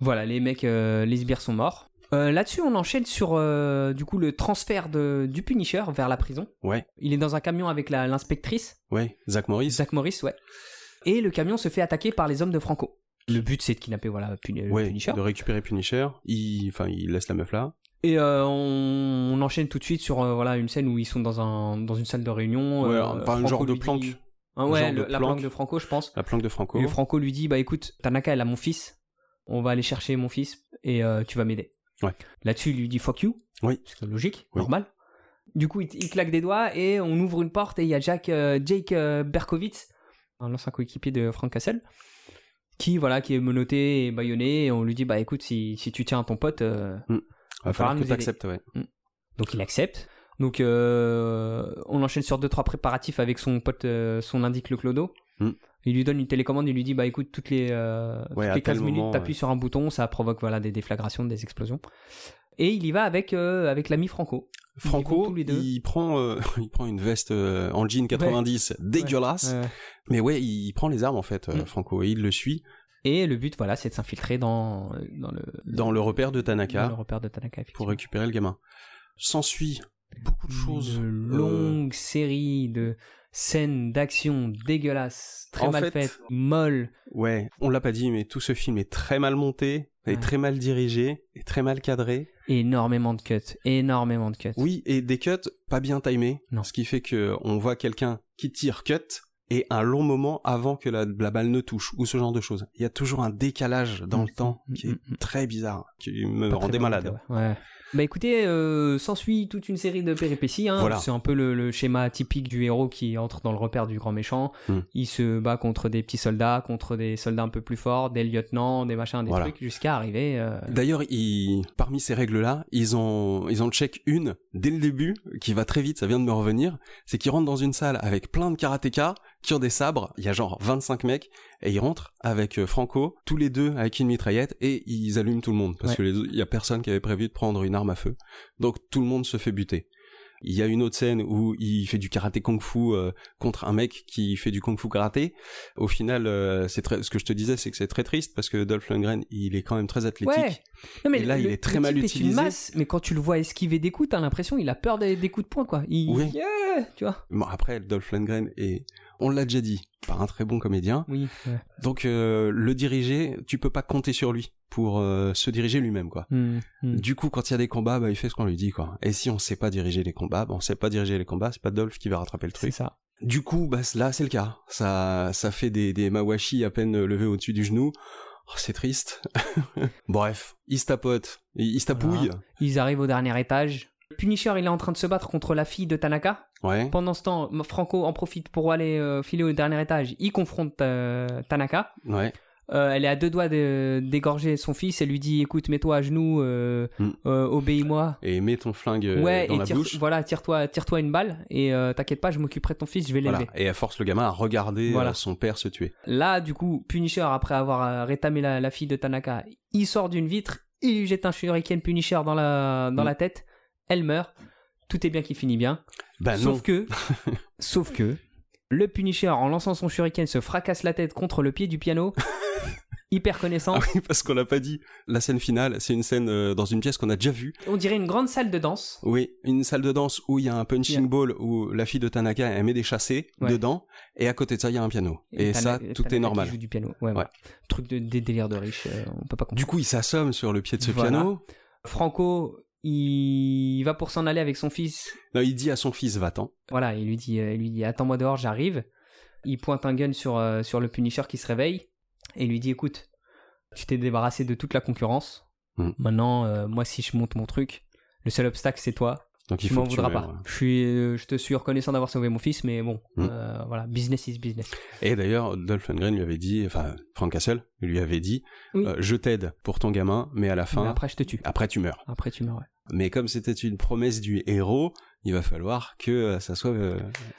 A: Voilà, les mecs, euh, les sbires sont morts. Euh, Là-dessus, on enchaîne sur euh, du coup le transfert de, du Punisher vers la prison.
B: Ouais,
A: Il est dans un camion avec la- l'inspectrice.
B: ouais. Zach Morris.
A: Zach Morris, ouais. Et le camion se fait attaquer par les hommes de Franco. Le but, c'est de kidnapper voilà, Pun- le
B: ouais,
A: Punisher.
B: de récupérer Punisher. Il, enfin, il laisse la meuf là.
A: Et euh, on, on enchaîne tout de suite sur euh, voilà, une scène où ils sont dans, un, dans une salle de réunion.
B: Ouais,
A: euh,
B: enfin, un
A: Franco
B: genre de
A: lui dit-
B: planque.
A: Ah ouais,
B: Genre de
A: le- la planque
B: planque.
A: de Franco, je pense.
B: La planque de Franco.
A: Et Franco lui dit Bah écoute, Tanaka, elle a mon fils. On va aller chercher mon fils et euh, tu vas m'aider.
B: Ouais.
A: Là-dessus, il lui dit fuck you.
B: Oui.
A: Ce qui est logique,
B: Oui.
A: normal. Du coup, il, il claque des doigts et on ouvre une porte et il y a Jack, euh, Jake euh, Berkowitz, un ancien coéquipier de Frank Castle, qui voilà, qui est menotté et baïonné. Et on lui dit Bah écoute, si, si tu tiens à ton pote. euh,
B: Va Ah, falloir
A: Farhan
B: que
A: nous aider.
B: t'acceptes, ouais.
A: Donc il accepte. Donc euh, on enchaîne sur deux trois préparatifs avec son pote, euh, son indique le clodo.
B: Mm.
A: Il lui donne une télécommande, il lui dit bah écoute toutes les, euh, toutes
B: Ouais, à
A: les
B: tel
A: 15 minutes
B: moment,
A: t'appuies
B: ouais.
A: sur un bouton, ça provoque voilà des déflagrations, des explosions. Et il y va avec, euh, avec l'ami Franco. Ils y vont
B: Franco,
A: tous les deux.
B: il prend, euh, il prend une veste euh, en jean 90 dégueulasse.
A: Euh,
B: Mais ouais, il, il prend les armes en fait, euh,
A: Mm.
B: Franco, et il le suit
A: et le but, voilà, c'est de s'infiltrer dans, dans, le,
B: dans le repère de
A: dans
B: Tanaka
A: le repère de Tanaka.
B: pour
A: effectivement.
B: récupérer le gamin. S'ensuit beaucoup de choses.
A: Une
B: euh,
A: longue série de scènes d'action dégueulasses, très
B: En
A: mal
B: fait-
A: faites, molles.
B: Ouais, on l'a pas dit, mais tout ce film est très mal monté,
A: Ouais.
B: est très mal dirigé, est très mal cadré.
A: Énormément de cuts, énormément de cuts.
B: Oui, et des cuts pas bien timés,
A: Non.
B: ce qui fait que on voit quelqu'un qui tire cut et un long moment avant que la, la balle ne touche ou ce genre de choses. Il y a toujours un décalage dans
A: Mm.
B: le temps
A: Mm,
B: qui
A: mm, mm.
B: est très bizarre, qui me
A: Pas
B: rendait
A: très bon
B: malade.
A: côté, ouais. Ouais. Bah écoutez, euh, s'ensuit toute une série de péripéties. hein.
B: Voilà.
A: C'est un peu le, le schéma typique du héros qui entre dans le repère du grand méchant.
B: Hmm.
A: Il se bat contre des petits soldats, contre des soldats un peu plus forts, des lieutenants, des machins, des
B: Voilà.
A: trucs, jusqu'à arriver. euh,
B: D'ailleurs, ils- parmi ces règles-là, ils ont, ils ont check une dès le début qui va très vite. Ça vient de me revenir. C'est qu'ils rentrent dans une salle avec plein de karatékas qui ont des sabres. Il y a genre 25 mecs et ils rentrent avec euh, Franco, tous les deux avec une mitraillette et ils allument tout le monde parce
A: Ouais.
B: que les autres- il y a personne qui avait prévu de prendre une arme à feu. Donc tout le monde se fait buter. Il y a une autre scène où il fait du karaté kung-fu euh, contre un mec qui fait du kung-fu karaté. Au final, euh, c'est très, ce que je te disais, c'est que c'est très triste parce que Dolph Lundgren, il est quand même très athlétique.
A: Ouais. Non,
B: Et là, il est très
A: le
B: mal
A: type Une
B: utilisé.
A: masse, mais quand tu le vois esquiver des coups, t'as l'impression qu'il a peur des, des coups de poing, quoi. Il...
B: Oui.
A: Yeah tu vois.
B: Bon, après, Dolph Lundgren est, on l'a déjà dit, par un très bon comédien.
A: Oui. ouais.
B: Donc, euh, le diriger, tu peux pas compter sur lui pour euh, se diriger lui-même, quoi.
A: Hmm, hmm.
B: Du coup, quand il y a des combats, bah, il fait ce qu'on lui dit, quoi. Et si on sait pas diriger les combats, bah, on sait pas diriger les combats, c'est pas Dolph qui va rattraper le
A: C'est
B: truc.
A: ça.
B: Du coup, bah, là, c'est le cas. Ça, ça fait des, des mawashi à peine levés au-dessus du genou. Oh, c'est triste. Bref, il se tapote, il, il se tapouille.
A: Ils arrivent au dernier étage. Punisher, il est en train de se battre contre la fille de Tanaka.
B: Ouais.
A: Pendant ce temps, Franco en profite pour aller euh, filer au dernier étage. Il confronte euh, Tanaka.
B: Ouais.
A: Euh, elle est à deux doigts de- d'égorger son fils. Elle lui dit Écoute, mets-toi à genoux, euh,
B: Mm.
A: euh, obéis-moi.
B: Et mets ton flingue euh,
A: ouais,
B: dans
A: et
B: la
A: tire,
B: bouche.
A: voilà, tire-toi tire-toi une balle. Et euh, t'inquiète pas, je m'occuperai de ton fils, je vais l'élever.
B: Voilà. Et elle force le gamin à regarder
A: Voilà.
B: euh, son père se tuer.
A: Là, du coup, Punisher, après avoir euh, rétamé la, la fille de Tanaka, il sort d'une vitre, il lui jette un shuriken Punisher dans la, dans
B: Mm.
A: la tête. Elle meurt. Tout est bien qui finit bien.
B: Bah
A: sauf
B: non.
A: que, sauf que, le Punisher, en lançant son shuriken, se fracasse la tête contre le pied du piano. Hyper
B: Ah
A: connaissant.
B: oui, parce qu'on l'a pas dit. La scène finale, c'est une scène euh, dans une pièce qu'on a déjà vue.
A: On dirait une grande salle de danse.
B: Oui, une salle de danse où il y a un punching
A: Yeah.
B: ball où la fille de Tanaka elle met des chassés
A: Ouais.
B: dedans et à côté de ça il y a un piano. Et,
A: Tana-
B: ça,
A: Tanaka
B: tout
A: qui
B: est normal.
A: joue du piano. Ouais, voilà. Truc de, des délires de riches, euh, on peut pas comprendre.
B: Du coup, il s'assomme sur le pied de ce
A: Voilà.
B: piano.
A: Franco, il va pour s'en aller avec son fils.
B: Non, il dit à son fils va-t'en.
A: Voilà, il lui dit, euh, il lui dit attends-moi dehors, j'arrive. Il pointe un gun sur, euh, sur le Punisher qui se réveille et lui dit écoute, tu t'es débarrassé de toute la concurrence.
B: Mm.
A: Maintenant, euh, moi si je monte mon truc, le seul obstacle c'est toi.
B: Donc il
A: tu
B: faut
A: m'en
B: que tu
A: voudras
B: meurs.
A: pas. Je suis, euh, je te suis reconnaissant d'avoir sauvé mon fils, mais bon,
B: Mm.
A: euh, voilà, business is business.
B: Et d'ailleurs, Dolph Lundgren lui avait dit, enfin Frank Castle lui avait dit,
A: Oui.
B: euh, je t'aide pour ton gamin, mais à la fin,
A: Mais
B: après...
A: après je te tue.
B: tu meurs.
A: Après tu meurs. ouais.
B: Mais comme c'était une promesse du héros, il va falloir que euh, ça soit euh,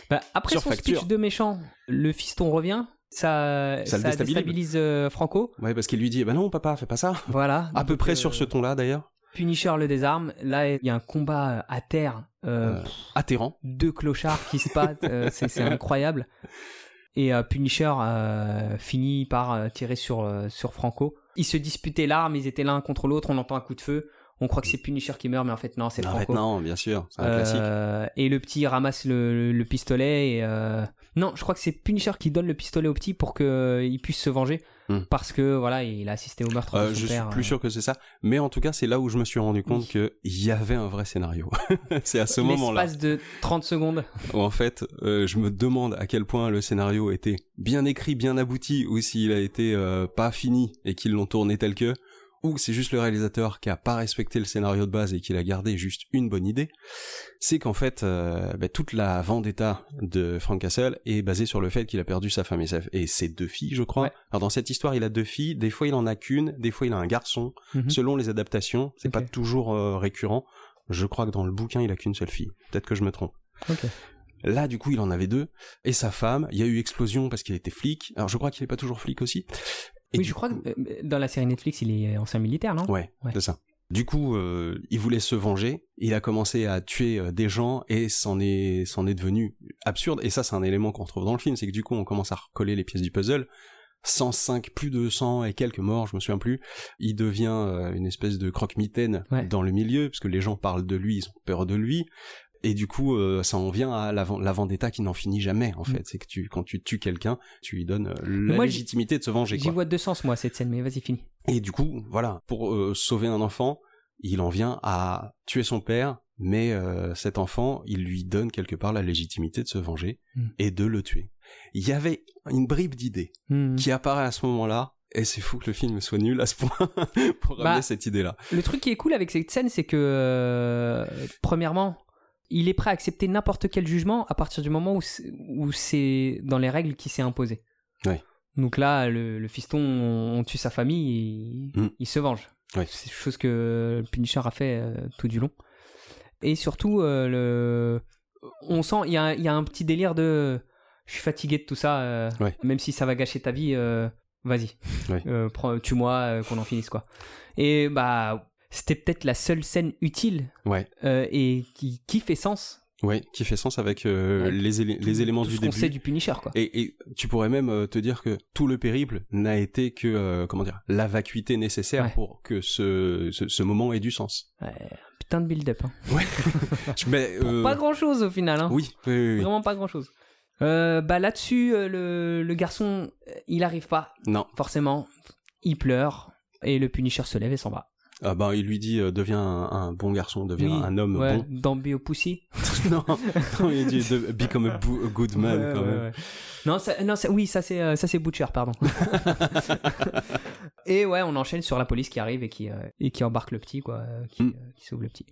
A: Bah, après
B: Sur
A: son
B: facture.
A: speech de méchant, le fiston revient. Ça,
B: Ça le déstabilise.
A: déstabilise euh, Franco.
B: Ouais, parce qu'il lui dit, bah non, papa, fais pas ça.
A: Voilà.
B: À peu
A: Donc,
B: près
A: euh,
B: sur ce ton-là, d'ailleurs.
A: Punisher le désarme. Là, il y a un combat euh, à terre. euh,
B: Euh, Atterrant.
A: deux clochards qui se battent, euh, c'est c'est incroyable. Et euh, Punisher euh, finit par euh, tirer sur, euh, sur Franco. Ils se disputaient l'arme, ils étaient l'un contre l'autre, on entend un coup de feu. On croit que c'est Punisher qui meurt, mais en fait, non, c'est
B: En fait,
A: Franco.
B: non, Bah, bien sûr. C'est un
A: Euh,
B: classique.
A: et le petit ramasse le, le pistolet. Et, euh, Non, je crois que c'est Punisher qui donne le pistolet au petit pour qu'il puisse se venger.
B: Hmm.
A: Parce que, voilà, il a assisté au meurtre
B: Euh,
A: de son
B: je suis
A: père.
B: plus sûr que c'est ça. Mais en tout cas, c'est là où je me suis rendu compte qu'il y avait un vrai scénario. c'est à ce moment-là
A: L'espace de 30 secondes.
B: où, en fait, euh, je me demande à quel point le scénario était bien écrit, bien abouti, ou s'il a été euh, pas fini et qu'ils l'ont tourné tel que, ou c'est juste le réalisateur qui a pas respecté le scénario de base et qu'il a gardé juste une bonne idée. C'est qu'en fait, euh, bah, toute la vendetta de Frank Castle est basée sur le fait qu'il a perdu sa femme et, sa- et ses deux filles, je crois.
A: Ouais.
B: Alors dans cette histoire, il a deux filles. Des fois, il en a qu'une. Des fois, il a un garçon
A: Mhm.
B: selon les adaptations, c'est
A: Ok.
B: pas toujours euh, récurrent. Je crois que dans le bouquin, il a qu'une seule fille. Peut-être que je me trompe.
A: Ok.
B: Là, du coup, il en avait deux. Et sa femme, il y a eu explosion parce qu'il était flic. Alors, je crois qu'il est pas toujours flic aussi. Et
A: oui,
B: du
A: je crois
B: coup-
A: que euh, dans la série Netflix, il est ancien militaire, non
B: Ouais,
A: Ouais.
B: c'est ça. Du coup, euh, il voulait se venger, il a commencé à tuer euh, des gens et c'en est, c'en est devenu absurde. Et ça, c'est un élément qu'on retrouve dans le film, c'est que du coup, on commence à recoller les pièces du puzzle. 105, plus de 100 et quelques morts, je me souviens plus. Il devient euh, une espèce de croque-mitaine
A: Ouais.
B: dans le milieu, parce que les gens parlent de lui, ils ont peur de lui. Et du coup, euh, ça en vient à la, ven- la vendetta qui n'en finit jamais, en fait. C'est que tu, quand tu tues quelqu'un, tu lui donnes euh, la
A: Mm. moi, j'y-
B: légitimité de se venger.
A: J'y
B: Quoi.
A: vois deux sens, moi, cette scène, mais vas-y, finis.
B: Et du coup, voilà, pour euh, sauver un enfant, il en vient à tuer son père, mais euh, cet enfant, il lui donne quelque part la légitimité de se venger
A: Mm.
B: et de le tuer. Il y avait une bribe d'idée
A: Hmm.
B: qui apparaît à ce moment-là, et c'est fou que le film soit nul à ce point pour ramener
A: Bah,
B: cette idée-là.
A: Le truc qui est cool avec cette scène, c'est que, euh, premièrement, il est prêt à accepter n'importe quel jugement à partir du moment où c'est- où c'est dans les règles qui s'est imposé.
B: Ouais.
A: Donc là, le, le fiston, on, on tue sa famille, il,
B: Mm.
A: il se venge.
B: Ouais.
A: C'est chose que le Punisher a fait euh, tout du long. Et surtout, euh, le... on sent, il y a, il y a un petit délire de je suis fatigué de tout ça, euh,
B: Ouais.
A: même si ça va gâcher ta vie, euh, vas-y,
B: Ouais.
A: Euh, prends- tue-moi, euh, qu'on en finisse quoi. Et bah, c'était peut-être la seule scène utile
B: Ouais.
A: euh, et qui, qui fait sens
B: Ouais, qui fait sens avec euh,
A: Ouais,
B: les, élé- les éléments
A: tout
B: du
A: ce qu'on
B: début.
A: sait du Punisher quoi.
B: Et, et tu pourrais même euh, te dire que tout le périple n'a été que euh, comment dire la vacuité nécessaire
A: Ouais.
B: pour que ce, ce, ce moment ait du sens.
A: Putain de build-up. hein.
B: Je- Mais,
A: Pour
B: euh,
A: pas grand chose au final. Hein.
B: Oui, oui, oui, oui.
A: Vraiment pas grand chose. bah là-dessus, euh, le, le garçon, euh, il arrive pas,
B: Non.
A: forcément. Il pleure. Et le Punisher se lève et s'en va.
B: Ah bah, il lui dit euh, deviens un, un bon garçon, deviens
A: Oui,
B: un homme
A: ouais,
B: bon.
A: dans Biopussy.
B: non, non, il dit de- become a, boo- a good man
A: Ouais,
B: quand
A: ouais,
B: même.
A: ouais. Non, ça- non ça- oui, ça c'est euh, ça c'est Butcher, pardon. et ouais, on enchaîne sur la police qui arrive et qui, euh, et qui embarque le petit, quoi. euh, Qui,
B: Mm.
A: euh, qui sauve le petit.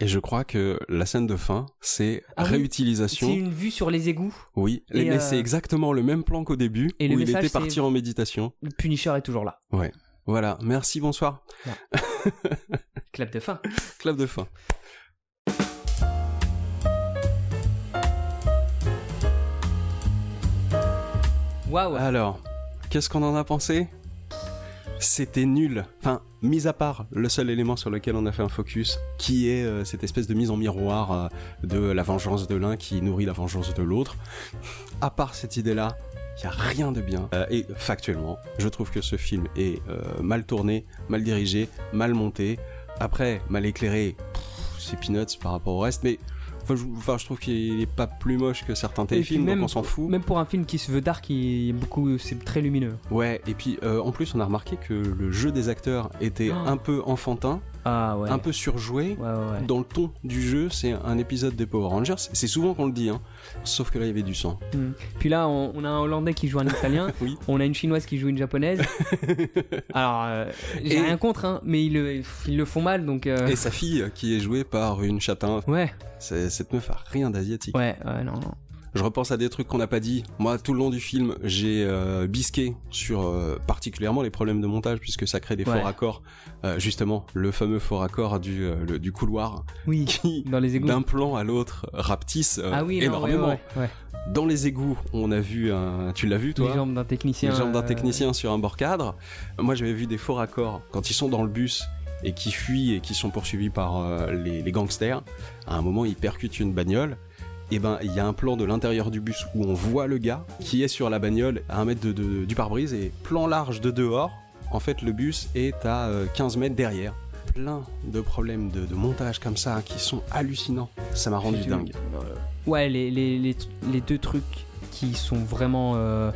B: Et je crois que la scène de fin, c'est
A: Ah oui.
B: réutilisation.
A: C'est une vue sur les égouts.
B: Oui,
A: Et,
B: mais c'est
A: euh,
B: exactement le même plan qu'au début
A: et le
B: où il
A: message,
B: était parti
A: c'est-
B: en méditation.
A: Le Punisher est toujours là.
B: Voilà, merci, bonsoir.
A: Clap de fin.
B: Clap de fin.
A: Waouh.
B: Alors, qu'est-ce qu'on en a pensé C'était nul. Enfin, mis à part le seul élément sur lequel on a fait un focus, qui est euh, cette espèce de mise en miroir euh, de la vengeance de l'un qui nourrit la vengeance de l'autre. À part cette idée-là, il n'y a rien de bien. Euh, et factuellement, je trouve que ce film est euh, mal tourné, mal dirigé, mal monté. Après, mal éclairé, pff, c'est peanuts par rapport au reste, mais enfin, je, enfin, je trouve qu'il est pas plus moche que certains
A: puis
B: téléfilms,
A: même-
B: donc on s'en fout.
A: Même pour un film qui se veut dark, il y a beaucoup, c'est très lumineux.
B: Ouais, et puis euh, en plus on a remarqué que le jeu des acteurs était
A: Oh.
B: un peu enfantin,
A: Ah ouais.
B: un peu surjoué.
A: Ouais, ouais, ouais.
B: Dans le ton du jeu, c'est un épisode des Power Rangers. C'est souvent qu'on le dit, hein. sauf que là il y avait du sang.
A: Puis là, on, on a un Hollandais qui joue un Italien.
B: Oui.
A: On a une Chinoise qui joue une Japonaise. Alors, euh, j'ai
B: Et-
A: rien contre, hein, mais ils le, ils le font mal, donc. euh,
B: Et sa fille, qui est jouée par une châtain,
A: Ouais,
B: C'est- cette meuf a rien d'asiatique.
A: ouais, ouais, non, non.
B: Je repense à des trucs qu'on n'a pas dit. Moi, tout le long du film, j'ai euh, bisqué sur euh, particulièrement les problèmes de montage, puisque ça crée des
A: Ouais.
B: faux raccords. Euh, justement, le fameux faux raccord du, euh, le- du couloir
A: Oui.
B: qui,
A: Dans les égouts.
B: d'un plan à l'autre, rapetisse euh,
A: Ah oui, non,
B: énormément.
A: ouais, ouais, ouais.
B: Dans les égouts, on a vu un. Tu l'as vu toi
A: Les jambes d'un technicien.
B: Les jambes d'un
A: euh,
B: technicien sur un bord cadre. Moi j'avais vu des faux raccords quand ils sont dans le bus et qui fuient et qui sont poursuivis par euh, les, les gangsters. À un moment, ils percutent une bagnole. Et ben, il y a un plan de l'intérieur du bus où on voit le gars qui est sur la bagnole à un mètre de, de- du pare-brise et plan large de dehors. En fait, le bus est à euh, 15 mètres derrière. Plein de problèmes de, de montage comme ça qui sont hallucinants. Ça m'a rendu
A: tu-
B: dingue.
A: Ouais, les, les, les, les deux trucs qui sont vraiment euh,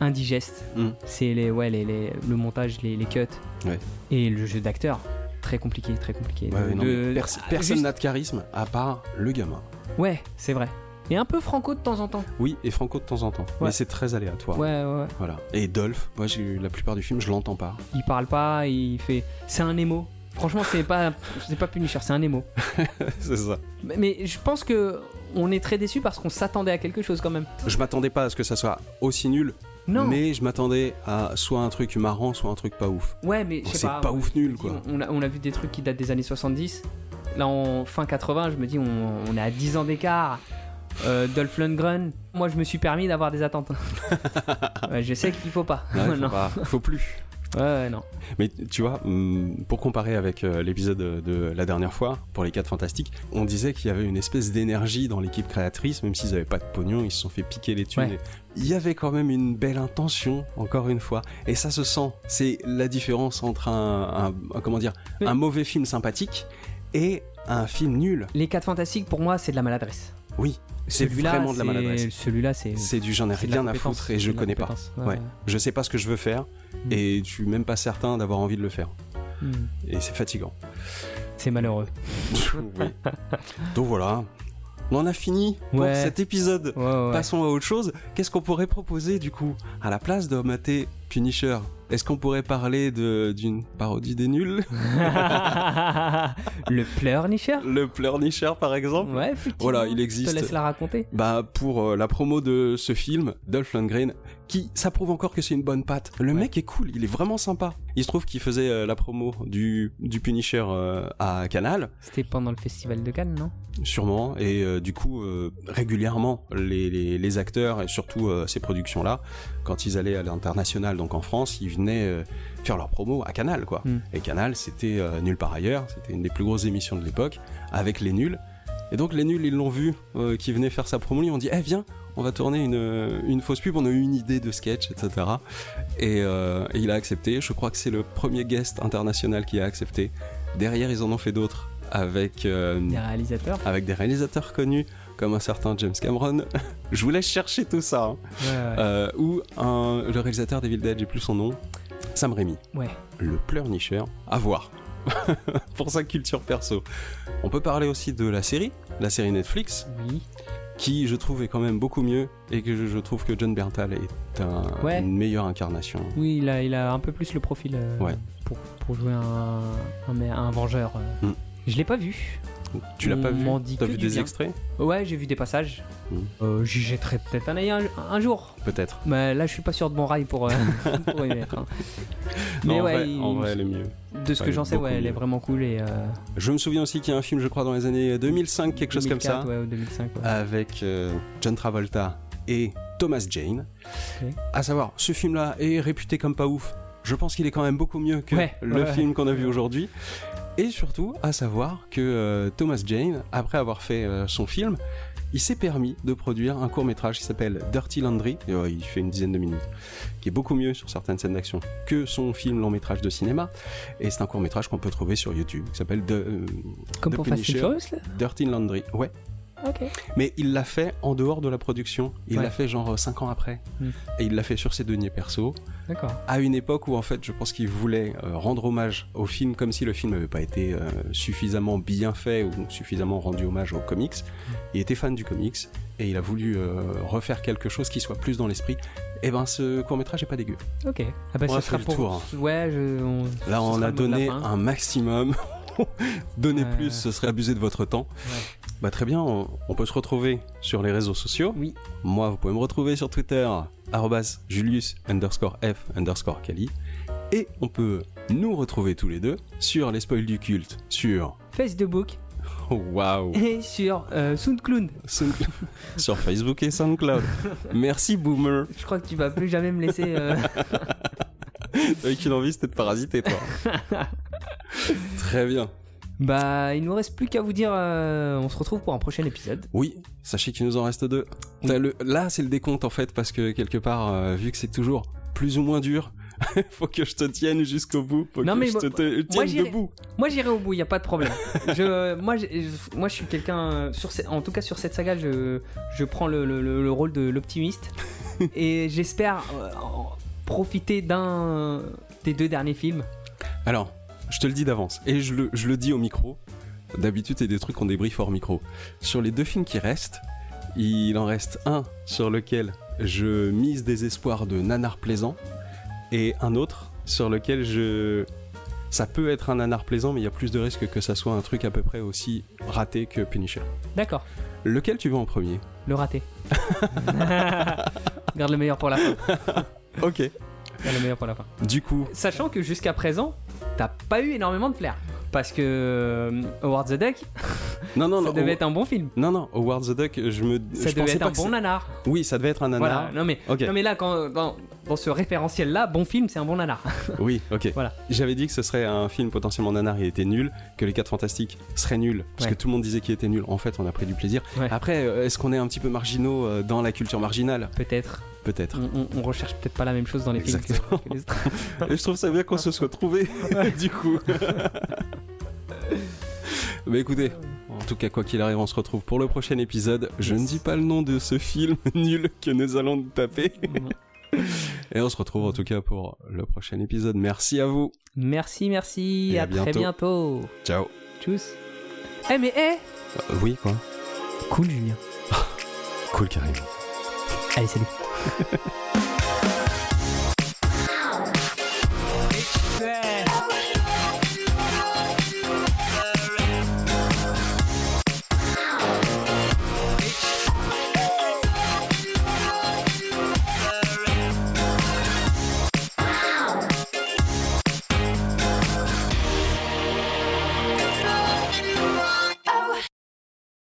A: indigestes,
B: Mm.
A: c'est les, ouais, les, les- le montage, les, les cuts
B: Ouais.
A: et le jeu d'acteur. Très compliqué, très compliqué.
B: Ouais, ouais, non,
A: De-
B: mais pers-
A: ah,
B: personne
A: juste-
B: n'a de charisme à part le gamin.
A: Ouais, c'est vrai. Et un peu franco de temps en temps.
B: Oui, et Franco de temps en temps.
A: Ouais.
B: Mais c'est très aléatoire.
A: Ouais, ouais, ouais.
B: Voilà. Et Dolph, moi j'ai eu la plupart du film, je l'entends pas.
A: Il parle pas, il fait. C'est un émo. Franchement, c'est pas, c'est pas Punisher, c'est un émo.
B: c'est ça.
A: Mais, mais je pense que on est très déçu parce qu'on s'attendait à quelque chose quand même.
B: Je m'attendais pas à ce que ça soit aussi nul,
A: Non.
B: mais je m'attendais à soit un truc marrant, soit un truc pas ouf.
A: Ouais, mais je sais
B: Oh, C'est pas, ouf nul quoi.
A: On a, on a vu des trucs qui datent des années 70. Là, en fin 80, je me dis, on, on est à 10 ans d'écart. Euh, Dolph Lundgren, moi je me suis permis d'avoir des attentes. Ouais, je sais qu'il faut pas.
B: Ah Ouais, faut,
A: Non.
B: pas- faut plus.
A: Ouais, ouais, non.
B: Mais tu vois, hum, pour comparer avec euh, l'épisode de, de la dernière fois, pour les 4 Fantastiques, on disait qu'il y avait une espèce d'énergie dans l'équipe créatrice, même s'ils n'avaient pas de pognon, ils se sont fait piquer les thunes.
A: Ouais.
B: et Il y avait quand même une belle intention, encore une fois. Et ça se sent. C'est la différence entre un, un- un- comment dire,
A: Oui.
B: un mauvais film sympathique et un film nul.
A: Les 4 fantastiques, pour moi, c'est de la maladresse.
B: Oui, c'est
A: Celui-là,
B: vraiment de la
A: c'est-
B: maladresse.
A: Celui-là, c'est.
B: C'est du j'en ai
A: c'est de la
B: rien à
A: compétence,
B: foutre et
A: c'est
B: je
A: de la
B: connais pas.
A: compétence.
B: Ouais. Je sais pas ce que je veux faire
A: Mm.
B: et je suis même pas certain d'avoir envie de le faire.
A: Mm.
B: Et c'est fatigant.
A: C'est malheureux.
B: Oui. Donc voilà, on en a fini pour
A: Ouais.
B: cet épisode.
A: Ouais, ouais.
B: Passons à autre chose. Qu'est-ce qu'on pourrait proposer du coup à la place de mater Punisher Est-ce qu'on pourrait parler de- d'une parodie des nuls
A: le pleurnicheur
B: Le Pleurnicher par exemple
A: Ouais, effectivement.
B: Voilà, il
A: Je te laisse
B: existe.
A: la raconter.
B: Bah pour euh, la promo de ce film, Dolph Lundgren, qui ça prouve encore que c'est une bonne patte. Le
A: Ouais.
B: mec est cool, il est vraiment sympa. Il se trouve qu'il faisait euh, la promo du, du Punisher euh, à Canal,
A: C'était pendant le festival de Cannes, non
B: sûrement, et euh, du coup euh, régulièrement les, les- les acteurs et surtout euh, ces productions là, quand ils allaient à l'international, donc en France, ils venaient euh, faire leur promo à Canal quoi.
A: Mm.
B: Et Canal c'était euh, nul par ailleurs, c'était une des plus grosses émissions de l'époque avec les nuls. Et donc les nuls, ils l'ont vu, euh, qui venait faire sa promo, ils ont dit, eh viens, on va tourner une, euh, une fausse pub, on a eu une idée de sketch, etc. Et, euh, et il a accepté, je crois que c'est le premier guest international qui a accepté. Derrière, ils en ont fait d'autres, avec, euh,
A: Des réalisateurs
B: avec des réalisateurs connus, comme un certain James Cameron. je vous laisse chercher tout ça. hein.
A: Ouais, ouais.
B: Euh, ou un- le réalisateur d'Evil Dead, j'ai plus son nom, Sam Raimi.
A: Ouais.
B: Le pleurnicheur, à voir. Pour sa culture perso. On peut parler aussi de la série, la série Netflix,
A: Oui.
B: qui je trouve est quand même beaucoup mieux et que je, je trouve que John Bertal est un-
A: Ouais.
B: une meilleure incarnation.
A: Oui, il a, il a un peu plus le profil euh,
B: Ouais.
A: pour, pour jouer un, un, un vengeur. euh.
B: Mm.
A: Je l'ai pas vu.
B: Tu l'as
A: Mm, On
B: pas vu
A: m'en dit
B: T'as
A: que
B: vu
A: du
B: des
A: bien.
B: extraits
A: Ouais, j'ai vu des passages.
B: Mm.
A: Euh, J'y jetterai peut-être un œil un, un jour.
B: Peut-être.
A: Mais là, je suis pas sûr de mon rail pour, euh, pour y mettre, hein. Mais
B: non,
A: ouais,
B: en vrai,
A: il-
B: en vrai, elle est mieux.
A: de ce
B: Ouais,
A: que j'en sais,
B: beaucoup
A: ouais, elle est
B: mieux.
A: vraiment cool. Et, euh,
B: Je me souviens aussi qu'il y a un film, je crois, dans les années 2005, quelque chose comme ça.
A: 2004, Ouais, ou 2005. ouais.
B: avec euh, John Travolta et Thomas Jane.
A: Ok.
B: À savoir, ce film-là est réputé comme pas ouf. Je pense qu'il est quand même beaucoup mieux que
A: Ouais,
B: le
A: ouais,
B: film
A: ouais.
B: qu'on a vu aujourd'hui. Et surtout, à savoir que euh, Thomas Jane, après avoir fait euh, son film, il s'est permis de produire un court métrage qui s'appelle Dirty Laundry. Et, euh, il fait une dizaine de minutes, qui est beaucoup mieux sur certaines scènes d'action que son film long métrage de cinéma. Et c'est un court métrage qu'on peut trouver sur YouTube qui s'appelle The- euh,
A: Comme
B: The
A: pour Fast and
B: Punisher.
A: Furious, là
B: Dirty Laundry. Ouais.
A: Ok.
B: Mais il l'a fait en dehors de la production. Il
A: Ouais.
B: l'a fait genre 5 ans après.
A: Mm.
B: Et il l'a fait sur ses deniers perso.
A: D'accord.
B: À une époque où en fait, je pense qu'il voulait euh, rendre hommage au film comme si le film n'avait pas été euh, suffisamment bien fait ou suffisamment rendu hommage aux comics.
A: Hmm.
B: Il était fan du comics et il a voulu euh, refaire quelque chose qui soit plus dans l'esprit. Et ben, ce court métrage est pas dégueu.
A: Ok. Ah bah,
B: On
A: ce
B: a
A: sera
B: fait le
A: pour.
B: tour. hein.
A: Ouais, je, on... ce
B: Là,
A: sera le
B: on a
A: mot de la
B: donné
A: fin.
B: un maximum. Donner
A: Euh.
B: plus, ce serait abuser de votre temps. Bah très bien, on, on peut se retrouver sur les réseaux sociaux.
A: Oui.
B: Moi, vous pouvez me retrouver sur Twitter, arrobas Julius underscore F underscore Kali. Et on peut nous retrouver tous les deux sur les spoils du culte, sur...
A: Facebook
B: oh, Waouh
A: et sur euh, SoundCloud.
B: Soundcloud- Sur Facebook et SoundCloud. Merci Boomer.
A: Je crois que tu vas plus jamais me laisser. euh,
B: Avec une envie, c'était de parasiter, toi. Très bien.
A: Bah, il nous reste plus qu'à vous dire. euh, on se retrouve pour un prochain épisode.
B: Oui, sachez qu'il nous en reste deux.
A: Oui.
B: T'as le- Là, c'est le décompte en fait, parce que quelque part, euh, vu que c'est toujours plus ou moins dur, faut que je te tienne jusqu'au bout, faut
A: Non,
B: que
A: mais
B: je
A: moi-
B: te, te-
A: moi,
B: tienne
A: j'irai.
B: debout.
A: Moi, j'irai au bout. Il y a pas de problème. je, moi, j'ai- moi, je suis quelqu'un. euh, Sur ce- en tout cas, sur cette saga, je, je prends le, le- le- le rôle de l'optimiste et j'espère euh, en profiter d'un des deux derniers films.
B: Alors, je te le dis d'avance, et je le, je le dis au micro. D'habitude, c'est des trucs qu'on débriefe hors micro. Sur les deux films qui restent, il en reste un sur lequel je mise des espoirs de nanar plaisant, et un autre sur lequel je. Ça peut être un nanar plaisant, mais il y a plus de risques que ça soit un truc à peu près aussi raté que Punisher.
A: D'accord.
B: Lequel tu veux en premier
A: Le raté. Garde le meilleur pour la fin.
B: Ok.
A: Garde le meilleur pour la fin.
B: Du coup,
A: Sachant que jusqu'à présent, t'as pas eu énormément de flair. Parce que euh, Howard the Duck,
B: Non, non,
A: ça
B: non.
A: devait
B: Ho-
A: être un bon film.
B: Non, non, Howard the Duck, je me.
A: Ça
B: je
A: devait
B: pensais
A: être
B: pas
A: un
B: que
A: bon
B: c'est-
A: nanar.
B: Oui, ça devait être un
A: Voilà.
B: nanar.
A: Non mais,
B: Ok.
A: non mais là, quand, dans, dans ce référentiel-là, bon film, c'est un bon nanar.
B: Oui, ok.
A: Voilà.
B: J'avais dit que ce serait un film potentiellement nanar, il était nul, que Les 4 Fantastiques serait nul, parce
A: Ouais.
B: que tout le monde disait qu'il était nul. En fait, on a pris du plaisir.
A: Ouais.
B: Après, euh, est-ce qu'on est un petit peu marginaux euh, dans la culture marginale
A: Peut-être.
B: Peut-être.
A: On, on- on recherche peut-être pas la même chose dans les films.
B: Exactement.
A: que- que les autres.
B: Et je trouve ça bien qu'on se soit trouvé, du coup. Mais écoutez, en tout cas, quoi qu'il arrive, on se retrouve pour le prochain épisode. Je ne dis pas le nom de ce film nul que nous allons taper. Et on se retrouve en tout cas pour le prochain épisode. Merci à vous.
A: Merci, merci.
B: Et
A: à
B: à
A: très bientôt.
B: Ciao.
A: Tchuss. Eh mais eh
B: Euh, oui, quoi
A: Cool Julien.
B: Cool, carrément.
A: Allez salut.